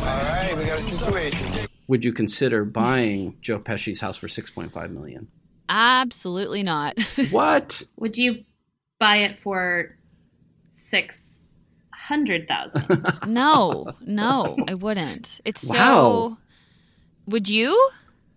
[SPEAKER 7] right, we got a situation.
[SPEAKER 2] Would you consider buying Joe Pesci's house for six point five million?
[SPEAKER 1] Absolutely not.
[SPEAKER 2] What?
[SPEAKER 3] Would you buy it for 600,000?
[SPEAKER 1] no, no, I wouldn't. It's so.
[SPEAKER 2] Wow.
[SPEAKER 1] Would you?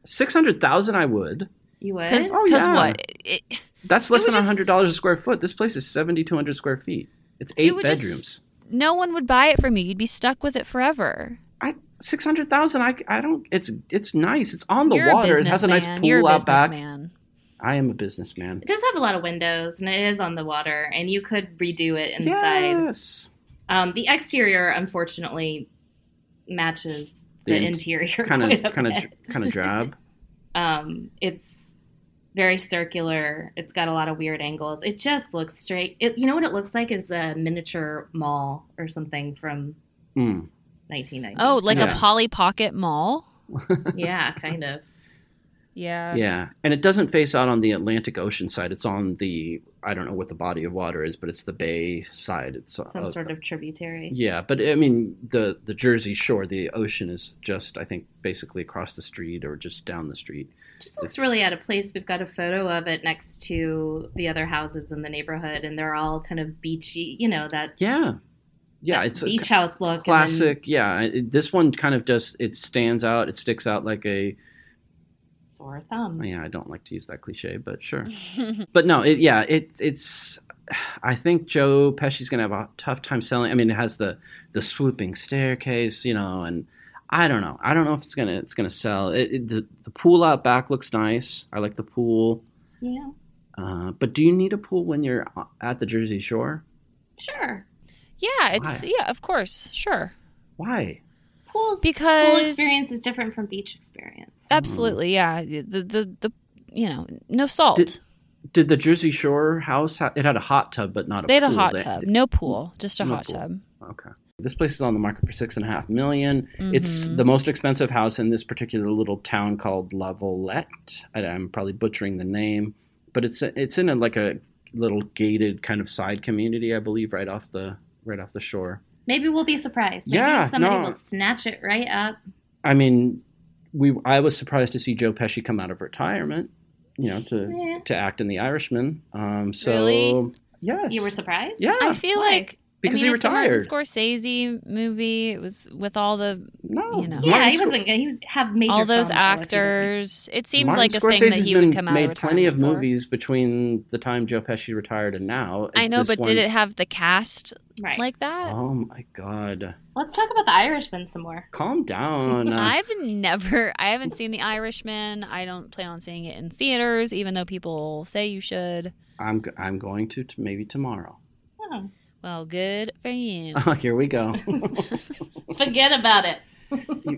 [SPEAKER 2] Six hundred thousand? I would.
[SPEAKER 3] You would?
[SPEAKER 1] Because
[SPEAKER 2] Oh, yeah.
[SPEAKER 1] what? It, it-
[SPEAKER 2] That's less
[SPEAKER 1] would
[SPEAKER 2] than
[SPEAKER 1] just-
[SPEAKER 2] hundred dollars a square foot. This place is seventy two hundred square feet. It's eight
[SPEAKER 1] would just-
[SPEAKER 2] bedrooms.
[SPEAKER 1] no one would buy it from you. You'd be stuck with it forever.
[SPEAKER 2] I six hundred thousand. I I don't. It's it's nice. It's on the
[SPEAKER 1] You're
[SPEAKER 2] water.
[SPEAKER 1] A
[SPEAKER 2] It has a nice
[SPEAKER 1] businessman.
[SPEAKER 2] pool
[SPEAKER 1] You're a
[SPEAKER 2] out back.
[SPEAKER 1] businessman.
[SPEAKER 2] I am a businessman.
[SPEAKER 3] it does have a lot of windows and it is on the water and you could redo it inside.
[SPEAKER 2] Yes,
[SPEAKER 3] Um, the exterior, unfortunately, matches the,
[SPEAKER 2] The in-
[SPEAKER 3] interior.
[SPEAKER 2] kind
[SPEAKER 3] quite a
[SPEAKER 2] of kind of
[SPEAKER 3] bit.
[SPEAKER 2] kind of drab.
[SPEAKER 3] Um, it's very circular. It's got a lot of weird angles. It just looks straight. It, you know what it looks like is a miniature mall or something from
[SPEAKER 2] Mm.
[SPEAKER 3] 1990.
[SPEAKER 1] Oh, like
[SPEAKER 2] Yeah.
[SPEAKER 1] a Polly Pocket Mall?
[SPEAKER 3] yeah, kind of.
[SPEAKER 1] Yeah.
[SPEAKER 2] Yeah, and it doesn't face out on the Atlantic Ocean side. It's on the I don't know what the body of water is, but it's the bay side. It's
[SPEAKER 3] Some
[SPEAKER 2] uh,
[SPEAKER 3] sort of tributary.
[SPEAKER 2] Yeah, but I mean the the Jersey Shore, the ocean is just I think basically across the street or just down the street.
[SPEAKER 3] Just looks really out of place. We've got a photo of it next to the other houses in the neighborhood, and they're all kind of beachy. You know that
[SPEAKER 2] Yeah, yeah, it's a,
[SPEAKER 3] beach house look. and then-
[SPEAKER 2] classic yeah it, this one kind of just it stands out it sticks out like a
[SPEAKER 3] sore thumb.
[SPEAKER 2] yeah i don't like to use that cliche but sure
[SPEAKER 1] Mm-hmm.
[SPEAKER 2] but no it yeah it it's i think joe pesci's gonna have a tough time selling i mean it has the the swooping staircase you know and i don't know i don't know if it's gonna it's gonna sell it, it- the, the pool out back looks nice i like the pool
[SPEAKER 3] Yeah,
[SPEAKER 2] uh, but do you need a pool when you're at the jersey shore
[SPEAKER 3] sure.
[SPEAKER 1] Yeah, it's
[SPEAKER 2] Why? Hmm.
[SPEAKER 1] yeah, of course. Sure.
[SPEAKER 2] why
[SPEAKER 3] pools
[SPEAKER 1] Because-
[SPEAKER 3] pool experience is different from beach experience.
[SPEAKER 1] Absolutely. Yeah. The the the you know, no salt.
[SPEAKER 2] Did- did the jersey shore house ha- it had a hot tub but not a
[SPEAKER 1] they had a
[SPEAKER 2] pool.
[SPEAKER 1] hot tub. No pool, just a
[SPEAKER 2] No
[SPEAKER 1] hot
[SPEAKER 2] pool.
[SPEAKER 1] tub.
[SPEAKER 2] okay This place is on the market for six and a half million. It's the most expensive house in this particular little town called Lavalette. I, I'm probably butchering the name, but it's it's in a, like a little gated kind of side community, I believe, right off the right off the shore.
[SPEAKER 3] Maybe we'll be surprised. Maybe
[SPEAKER 2] Yeah,
[SPEAKER 3] somebody
[SPEAKER 2] no.
[SPEAKER 3] will snatch it right up.
[SPEAKER 2] I mean, we I was surprised to see Joe Pesci come out of retirement, you know, to
[SPEAKER 3] Yeah.
[SPEAKER 2] to act in The Irishman. Um, so
[SPEAKER 1] Really?
[SPEAKER 2] yes,
[SPEAKER 3] You were surprised?
[SPEAKER 2] Yeah,
[SPEAKER 1] I feel
[SPEAKER 3] why?
[SPEAKER 1] like
[SPEAKER 2] Because
[SPEAKER 1] I mean,
[SPEAKER 2] he
[SPEAKER 1] it's a Martin
[SPEAKER 2] retired.
[SPEAKER 1] Scorsese movie. It was with all the
[SPEAKER 2] no,
[SPEAKER 1] you know.
[SPEAKER 2] Martin
[SPEAKER 3] Yeah, he
[SPEAKER 2] Scor-
[SPEAKER 3] wasn't. He would have major
[SPEAKER 1] all those
[SPEAKER 3] phone calls if he didn't.
[SPEAKER 1] actors. It seems
[SPEAKER 2] Martin
[SPEAKER 1] like a thing that
[SPEAKER 2] Scorsese's
[SPEAKER 1] he
[SPEAKER 2] been-
[SPEAKER 1] would come out
[SPEAKER 2] made
[SPEAKER 1] of retirement
[SPEAKER 2] plenty of
[SPEAKER 1] for.
[SPEAKER 2] movies between the time Joe Pesci retired and now.
[SPEAKER 1] I know,
[SPEAKER 2] This
[SPEAKER 1] but
[SPEAKER 2] one-
[SPEAKER 1] did it have the cast
[SPEAKER 3] Right.
[SPEAKER 1] like that?
[SPEAKER 2] Oh my God!
[SPEAKER 3] Let's talk about the Irishman some more.
[SPEAKER 2] Calm down. Uh,
[SPEAKER 1] I've never, I haven't seen The Irishman. I don't plan on seeing it in theaters, even though people say you should.
[SPEAKER 2] I'm g- I'm going to t- maybe tomorrow.
[SPEAKER 3] Oh,
[SPEAKER 1] Well, good for you.
[SPEAKER 2] Here we go.
[SPEAKER 3] forget about it.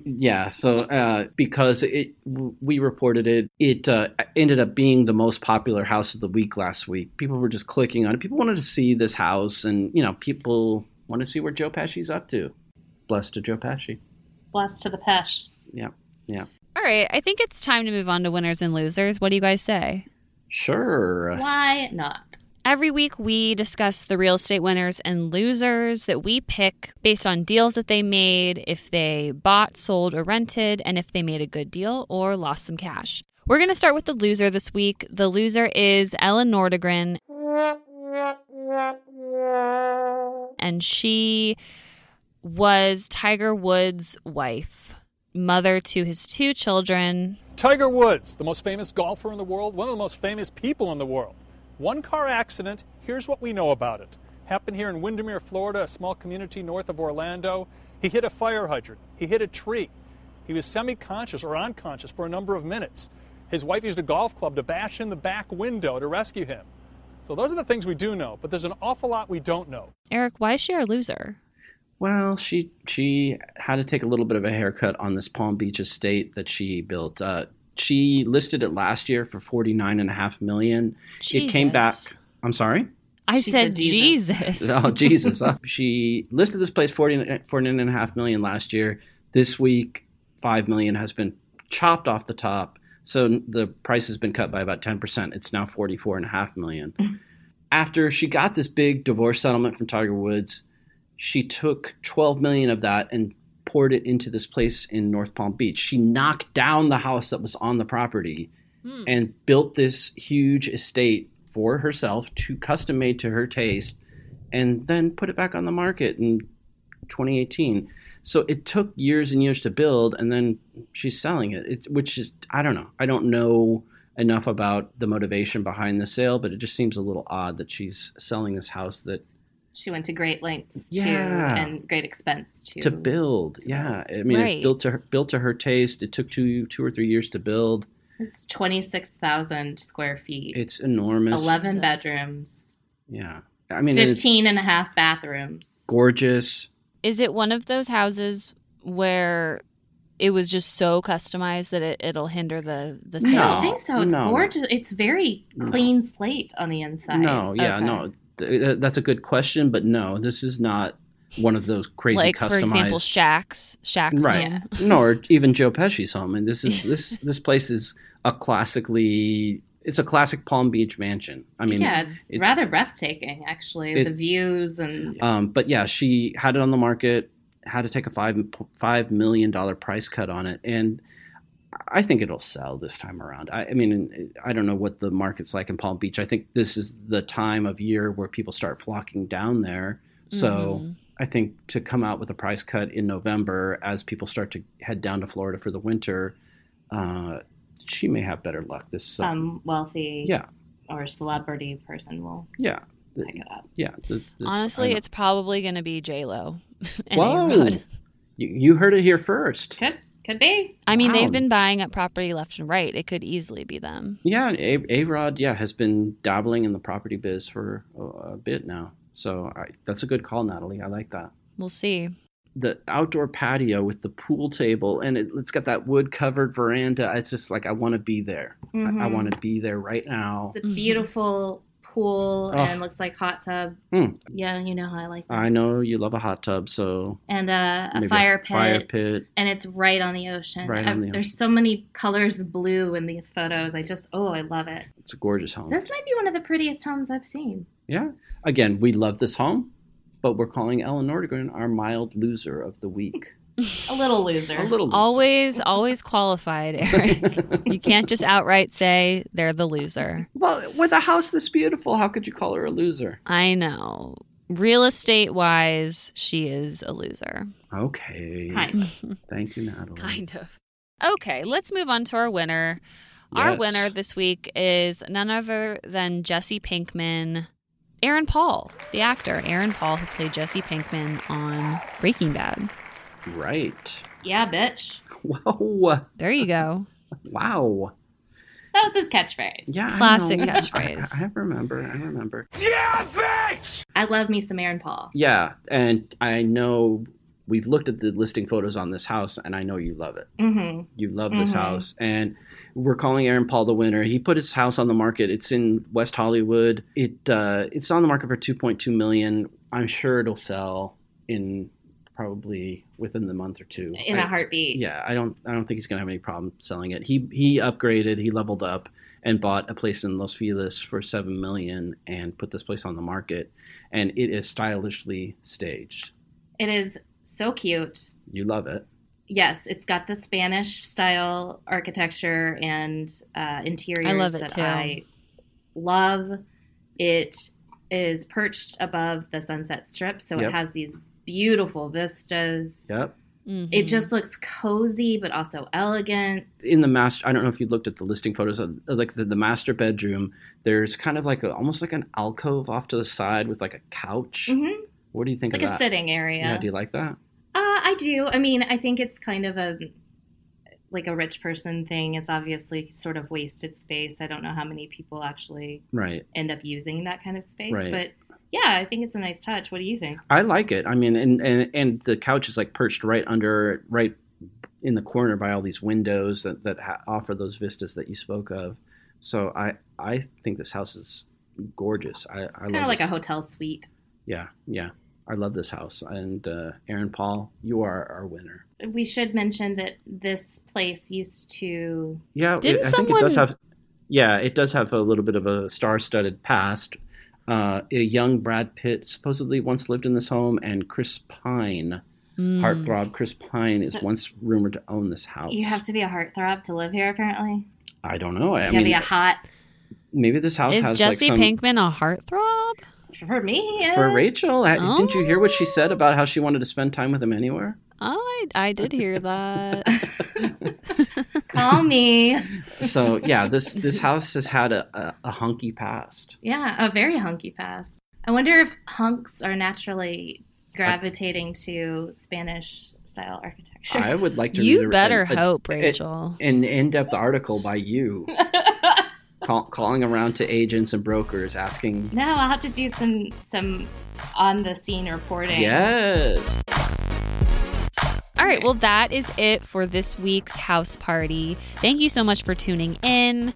[SPEAKER 2] yeah. So uh, because it w- we reported it, it uh, ended up being the most popular house of the week last week. People were just clicking on it. People wanted to see this house, and you know, people want to see where Joe Pesci's up to. Blessed to Joe Pesci.
[SPEAKER 3] Bless to the pesh.
[SPEAKER 2] Yeah. Yeah.
[SPEAKER 1] All right, I think it's time to move on to winners and losers. What do you guys say?
[SPEAKER 2] Sure.
[SPEAKER 3] Why not?
[SPEAKER 1] Every week, we discuss the real estate winners and losers that we pick based on deals that they made, if they bought, sold, or rented, and if they made a good deal or lost some cash. We're going to start with the loser this week. The loser is Ellen Nordegren. And she was Tiger Woods' wife, mother to his two children,
[SPEAKER 8] Tiger Woods, the most famous golfer in the world, one of the most famous people in the world. One car accident, here's what we know about it. Happened here in Windermere, Florida, a small community north of Orlando. He hit a fire hydrant, he hit a tree. He was semi conscious or unconscious for a number of minutes. His wife used a golf club to bash in the back window to rescue him. So, those are the things we do know, but there's an awful lot we don't know.
[SPEAKER 1] Eric, why is she our loser?
[SPEAKER 2] Well, she she had to take a little bit of a haircut on this Palm Beach estate that she built. Uh, she listed it last year for forty nine and a half million. It came back.
[SPEAKER 1] Jesus.
[SPEAKER 2] I'm sorry.
[SPEAKER 1] I
[SPEAKER 3] She
[SPEAKER 1] said,
[SPEAKER 3] said Jesus.
[SPEAKER 1] Jesus.
[SPEAKER 2] Oh Jesus! Uh, she listed this place 40, 49 and a half million last year. This week, five million has been chopped off the top, so the price has been cut by about ten percent. It's now forty four and a half million. After she got this big divorce settlement from Tiger Woods, she took 12 million of that and poured it into this place in North Palm Beach. She knocked down the house that was on the property and built this huge estate for herself to custom made to her taste and then put it back on the market in 2018. So it took years and years to build and then she's selling it. it which is I don't know. I don't know enough about the motivation behind the sale, but it just seems a little odd that she's selling this house that
[SPEAKER 3] She went to great lengths to
[SPEAKER 2] Yeah.
[SPEAKER 3] and great expense to.
[SPEAKER 2] to build. yeah, I mean,
[SPEAKER 1] Right.
[SPEAKER 2] it built to her, built to her taste. It took two two or three years to build.
[SPEAKER 3] It's twenty six thousand square feet.
[SPEAKER 2] It's enormous.
[SPEAKER 3] Eleven
[SPEAKER 1] Jesus.
[SPEAKER 3] bedrooms.
[SPEAKER 2] Yeah, I mean, it's
[SPEAKER 3] 15 and a half bathrooms.
[SPEAKER 2] gorgeous.
[SPEAKER 1] Is it one of those houses where it was just so customized that it, it'll hinder the the
[SPEAKER 2] No.
[SPEAKER 1] sale?
[SPEAKER 3] I don't think so. It's
[SPEAKER 2] no.
[SPEAKER 3] gorgeous. It's very clean slate on the inside.
[SPEAKER 2] No, yeah,
[SPEAKER 1] Okay.
[SPEAKER 2] no. Th- th- that's a good question, but no, this is not one of those crazy
[SPEAKER 1] like
[SPEAKER 2] customized.
[SPEAKER 1] for example, Shaq's Shaq's
[SPEAKER 2] right?
[SPEAKER 1] home.
[SPEAKER 2] no, or even Joe Pesci's home. And this is this this place is a classically. It's a classic Palm Beach mansion. I mean,
[SPEAKER 3] yeah, it's,
[SPEAKER 2] it's-
[SPEAKER 3] rather breathtaking, actually.
[SPEAKER 2] It-
[SPEAKER 3] the views and
[SPEAKER 2] Um, but yeah, she had it on the market, had to take a five five million dollar price cut on it, and I think it'll sell this time around. I, I mean, I don't know what the market's like in Palm Beach. I think this is the time of year where people start flocking down there. So I think to come out with a price cut in November as people start to head down to Florida for the winter, uh, she may have better luck this summer.
[SPEAKER 3] some wealthy
[SPEAKER 2] Yeah,
[SPEAKER 3] or celebrity person will
[SPEAKER 2] yeah,
[SPEAKER 3] pick it up.
[SPEAKER 2] yeah. Th- this- I
[SPEAKER 1] Honestly,
[SPEAKER 2] know.
[SPEAKER 1] it's probably going to be J Lo.
[SPEAKER 2] Whoa. You, you heard it here first.
[SPEAKER 3] Could could be.
[SPEAKER 1] I mean,
[SPEAKER 2] Wow.
[SPEAKER 1] they've been buying up property left and right. It could easily be them.
[SPEAKER 2] Yeah, A A- Rod, yeah, has been dabbling in the property biz for a, a bit now. So I, that's a good call, Natalie. I like that.
[SPEAKER 1] We'll see.
[SPEAKER 2] The outdoor patio with the pool table and it, it's got that wood covered veranda. It's just like, I want to be there. I, I
[SPEAKER 3] Mhm.
[SPEAKER 2] want to be there right now.
[SPEAKER 3] It's a beautiful pool
[SPEAKER 2] Ugh.
[SPEAKER 3] and looks like hot tub.
[SPEAKER 2] Hmm.
[SPEAKER 3] Yeah, you know how I like that.
[SPEAKER 2] I know you love a hot tub, so
[SPEAKER 3] And uh, a
[SPEAKER 2] maybe
[SPEAKER 3] fire pit.
[SPEAKER 2] Fire pit.
[SPEAKER 3] And it's right on the ocean.
[SPEAKER 2] Right
[SPEAKER 3] I-
[SPEAKER 2] on the
[SPEAKER 3] There's so many colors of blue in these photos. I just, oh, I love it.
[SPEAKER 2] It's a gorgeous home.
[SPEAKER 3] This might be one of the prettiest homes I've seen.
[SPEAKER 2] yeah. Again, we love this home, but we're calling Ellen Nordigren our mild loser of the week.
[SPEAKER 3] A little loser.
[SPEAKER 2] A little loser.
[SPEAKER 1] Always, always qualified, Eric. you can't just outright say they're the loser.
[SPEAKER 2] Well, with a house this beautiful, how could you call her a loser?
[SPEAKER 1] I know. Real estate wise, she is a loser.
[SPEAKER 2] Okay.
[SPEAKER 3] Kind of.
[SPEAKER 2] Thank you, Natalie.
[SPEAKER 1] of. Okay, let's move on to our winner. Our
[SPEAKER 2] Yes.
[SPEAKER 1] winner this week is none other than Jesse Pinkman, Aaron Paul, the actor, Aaron Paul, who played Jesse Pinkman on Breaking Bad.
[SPEAKER 2] Right.
[SPEAKER 3] Yeah, bitch.
[SPEAKER 2] Whoa.
[SPEAKER 1] There you go.
[SPEAKER 2] Wow.
[SPEAKER 3] That was his catchphrase.
[SPEAKER 2] Yeah. I
[SPEAKER 1] Classic
[SPEAKER 2] know.
[SPEAKER 1] catchphrase.
[SPEAKER 2] I, I remember. I remember.
[SPEAKER 3] I love me some Aaron Paul.
[SPEAKER 2] Yeah. And I know we've looked at the listing photos on this house, and I know you love it.
[SPEAKER 3] Mm-hmm.
[SPEAKER 2] You love this
[SPEAKER 3] Mhm.
[SPEAKER 2] house. And we're calling Aaron Paul the winner. He put his house on the market. It's in West Hollywood. It uh, it's on the market for 2.2 million. I'm sure it'll sell in probably within the month or two.
[SPEAKER 3] In
[SPEAKER 2] I-
[SPEAKER 3] a heartbeat.
[SPEAKER 2] yeah, I don't I don't think he's going to have any problem selling it. He he upgraded, he leveled up and bought a place in Los Feliz for 7 million and put this place on the market and it is stylishly staged.
[SPEAKER 3] It is so cute.
[SPEAKER 2] You love it.
[SPEAKER 3] Yes, it's got the Spanish style architecture and uh, interiors
[SPEAKER 1] I love it
[SPEAKER 3] that
[SPEAKER 1] too.
[SPEAKER 3] I love. It is perched above the Sunset Strip, so
[SPEAKER 2] Yep.
[SPEAKER 3] it has these beautiful vistas.
[SPEAKER 2] Yep.
[SPEAKER 1] Mm-hmm.
[SPEAKER 3] It just looks cozy, but also elegant.
[SPEAKER 2] in the master i don't know if you looked at the listing photos of like the, the master bedroom there's kind of like a almost like an alcove off to the side with like a couch
[SPEAKER 3] Mhm.
[SPEAKER 2] what do you think
[SPEAKER 3] Like
[SPEAKER 2] of
[SPEAKER 3] a
[SPEAKER 2] that
[SPEAKER 3] sitting area.
[SPEAKER 2] yeah do you like that
[SPEAKER 3] Uh, I do. I mean, I think it's kind of a like a rich person thing. It's obviously sort of wasted space. I don't know how many people actually
[SPEAKER 2] right
[SPEAKER 3] end up using that kind of space,
[SPEAKER 2] Right.
[SPEAKER 3] but yeah, I think it's a nice touch. What do you think?
[SPEAKER 2] i like it i mean and and, and the couch is like perched right under right in the corner by all these windows that, that ha- offer those vistas that you spoke of so i i think this house is gorgeous i, I
[SPEAKER 3] Kind
[SPEAKER 2] love
[SPEAKER 3] of like
[SPEAKER 2] this.
[SPEAKER 3] a hotel suite.
[SPEAKER 2] yeah yeah i love this house and uh, aaron paul you are our winner
[SPEAKER 3] We should mention that this place used to
[SPEAKER 2] Yeah, it-
[SPEAKER 1] Didn't
[SPEAKER 2] I think it does
[SPEAKER 1] someone-
[SPEAKER 2] have. Yeah, it does have a little bit of a star-studded past. Uh, a young Brad Pitt supposedly once lived in this home, and Chris Pine,
[SPEAKER 1] Hmm.
[SPEAKER 2] heartthrob Chris Pine, is
[SPEAKER 3] So-
[SPEAKER 2] once rumored to own this house.
[SPEAKER 3] you have to be a heartthrob to live here apparently.
[SPEAKER 2] I don't know. I
[SPEAKER 3] You gotta
[SPEAKER 2] mean,
[SPEAKER 3] be a hot
[SPEAKER 2] maybe this house
[SPEAKER 1] Is
[SPEAKER 2] has
[SPEAKER 1] Jesse
[SPEAKER 2] like some.
[SPEAKER 1] Pinkman a heartthrob?
[SPEAKER 3] for me. yeah.
[SPEAKER 2] For Rachel, ha-
[SPEAKER 1] Oh.
[SPEAKER 2] didn't you hear what she said about how she wanted to spend time with him anywhere?
[SPEAKER 1] Oh, I, I did hear that.
[SPEAKER 3] Call me.
[SPEAKER 2] So yeah, this this house has had a, a, a hunky past.
[SPEAKER 3] Yeah, a very hunky past. I wonder if hunks are naturally gravitating to Spanish style architecture.
[SPEAKER 2] I would like to. read
[SPEAKER 1] you
[SPEAKER 2] a-
[SPEAKER 1] better
[SPEAKER 2] a- a-
[SPEAKER 1] hope,
[SPEAKER 2] a-
[SPEAKER 1] Rachel.
[SPEAKER 2] an in-depth article by you call, calling around to agents and brokers asking
[SPEAKER 3] no, I'll have to do some some on the scene reporting.
[SPEAKER 2] yes
[SPEAKER 1] All right, well, that is it for this week's house party. Thank you so much for tuning in.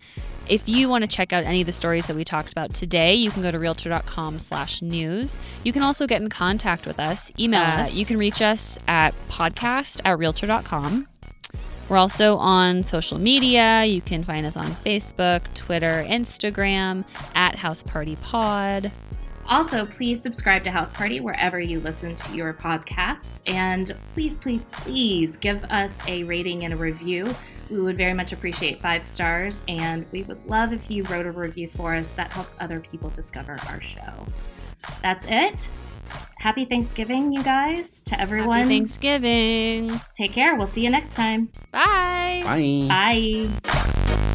[SPEAKER 1] If you want to check out any of the stories that we talked about today, you can go to realtor.com slash news. You can also get in contact with us. Email
[SPEAKER 3] Uh,
[SPEAKER 1] us. You can reach us at podcast at realtor.com. We're also on social media. You can find us on Facebook, Twitter, Instagram, at House Party Pod.
[SPEAKER 3] Also, please subscribe to House Party wherever you listen to your podcast. And please, please, please give us a rating and a review. We would very much appreciate five stars. And we would love if you wrote a review for us. That helps other people discover our show. That's it. Happy Thanksgiving, you guys, to everyone.
[SPEAKER 1] Happy Thanksgiving.
[SPEAKER 3] Take care. We'll see you next time.
[SPEAKER 1] Bye.
[SPEAKER 2] Bye.
[SPEAKER 3] Bye.